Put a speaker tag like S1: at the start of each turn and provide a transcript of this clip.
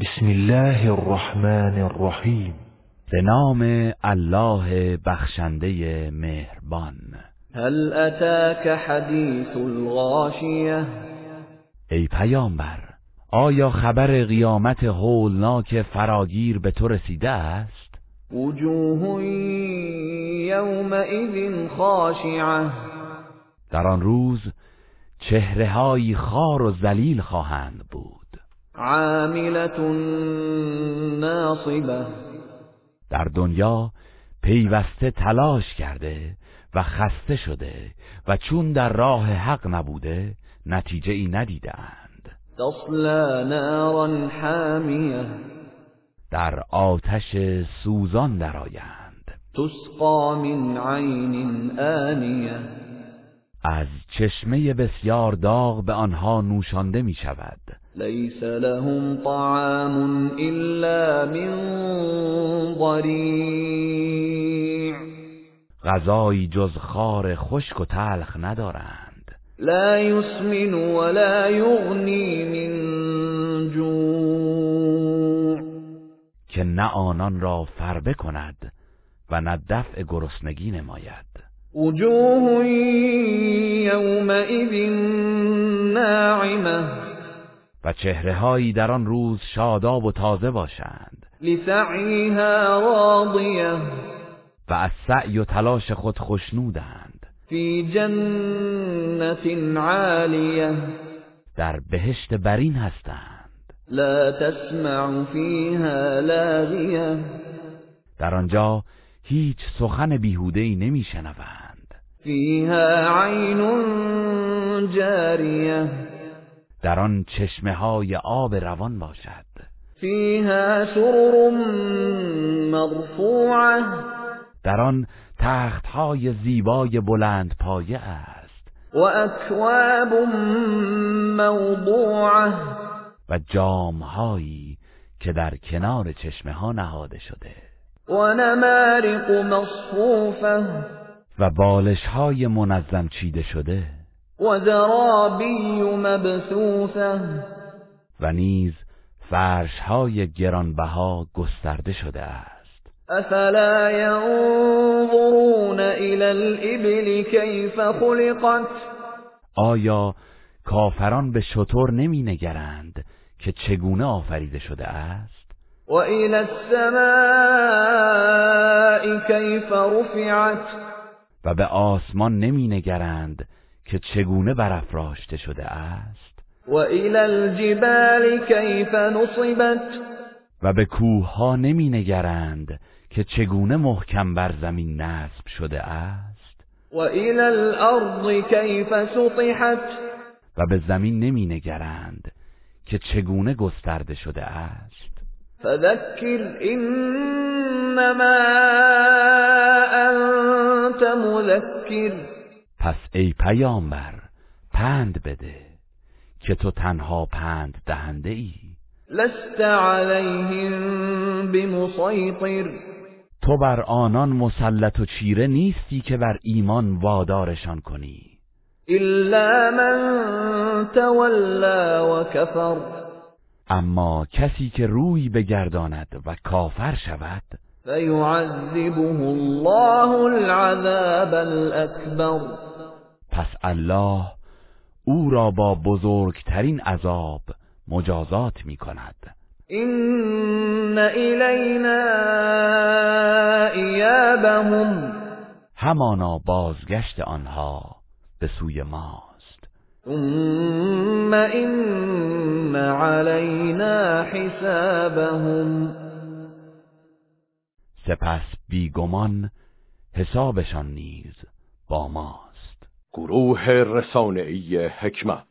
S1: بسم الله الرحمن الرحیم
S2: به نام الله بخشنده مهربان
S3: هل أتاك حديث الغاشية
S2: ای پیامبر آیا خبر قیامت هولناک فراگیر به تو رسیده است
S3: وجوه يومئذ خاشعة
S2: در آن روز چهرههایی خار و ذلیل خواهند بود
S3: عاملة ناصبة
S2: در دنیا پیوسته تلاش کرده و خسته شده و چون در راه حق نبوده نتیجه ای ندیده اند
S3: تصلى نارا حامية
S2: در آتش سوزان درآیند
S3: تسقى من عين آنية
S2: از چشمه بسیار داغ به آنها نوشانده می شود
S3: ليس لهم طعام إلا من ضريع
S2: غذایی جز خار خشک و تلخ ندارند
S3: لا يسمن ولا يغني من جوع
S2: که نه آنان را فربه کند و نه دفع گرسنگی نماید
S3: وجوه يومئذ ناعمة
S2: و چهرههایی در آن روز شاداب و تازه باشند
S3: لسعيها راضية
S2: و از سعی و تلاش خود خشنودند
S3: في جنة عالية
S2: در بهشت برین هستند
S3: لا تسمع فيها لاغية
S2: در آنجا هیچ سخن بیهوده‌ای نمیشنوند
S3: فيها عين جارية
S2: در آن چشمه های آب روان باشد
S3: فيها سرر مرفوعة
S2: در آن تخت های زیبای بلند پایه است
S3: وأكواب موضوعة
S2: و جام هایی که در کنار چشمه ها نهاده شده
S3: ونمارق مصفوفة
S2: و بالش های منظم چیده شده
S3: وزرابي مبثوثة
S2: و نیز فرش های گرانبها گسترده شده است
S3: أفلا ينظرون إلى الإبل كيف خلقت
S2: آیا کافران به شطور نمی نگرند که چگونه آفریده شده است
S3: وإلى السماء كيف رفعت
S2: و به آسمان نمی نگرند که چگونه برافراشته شده است
S3: وإلى الجبال كيف نصبت
S2: و به کوه ها نمی نگرند که چگونه محکم بر زمین نصب شده است
S3: وإلى الأرض كيف سطحت
S2: و به زمین نمی نگرند که چگونه گسترده شده است
S3: فذكر إنما أنت مذكر
S2: پس ای پیامبر پند بده که تو تنها پند دهنده ای
S3: لست عليهم بمسيطر
S2: تو بر آنان مسلط و چیره نیستی که بر ایمان وادارشان کنی
S3: إلا من تولى وكفر
S2: اما کسی که روی بگرداند و کافر شود
S3: فيعذبه الله العذاب الأكبر
S2: پس الله او را با بزرگترین عذاب مجازات می کند
S3: إن إلينا إيابهم
S2: همانا بازگشت آنها به سوی ماست
S3: ثم إن علينا حسابهم
S2: سپس بیگمان حسابشان نیز با ماست
S4: گروه رسانه‌ای حکمت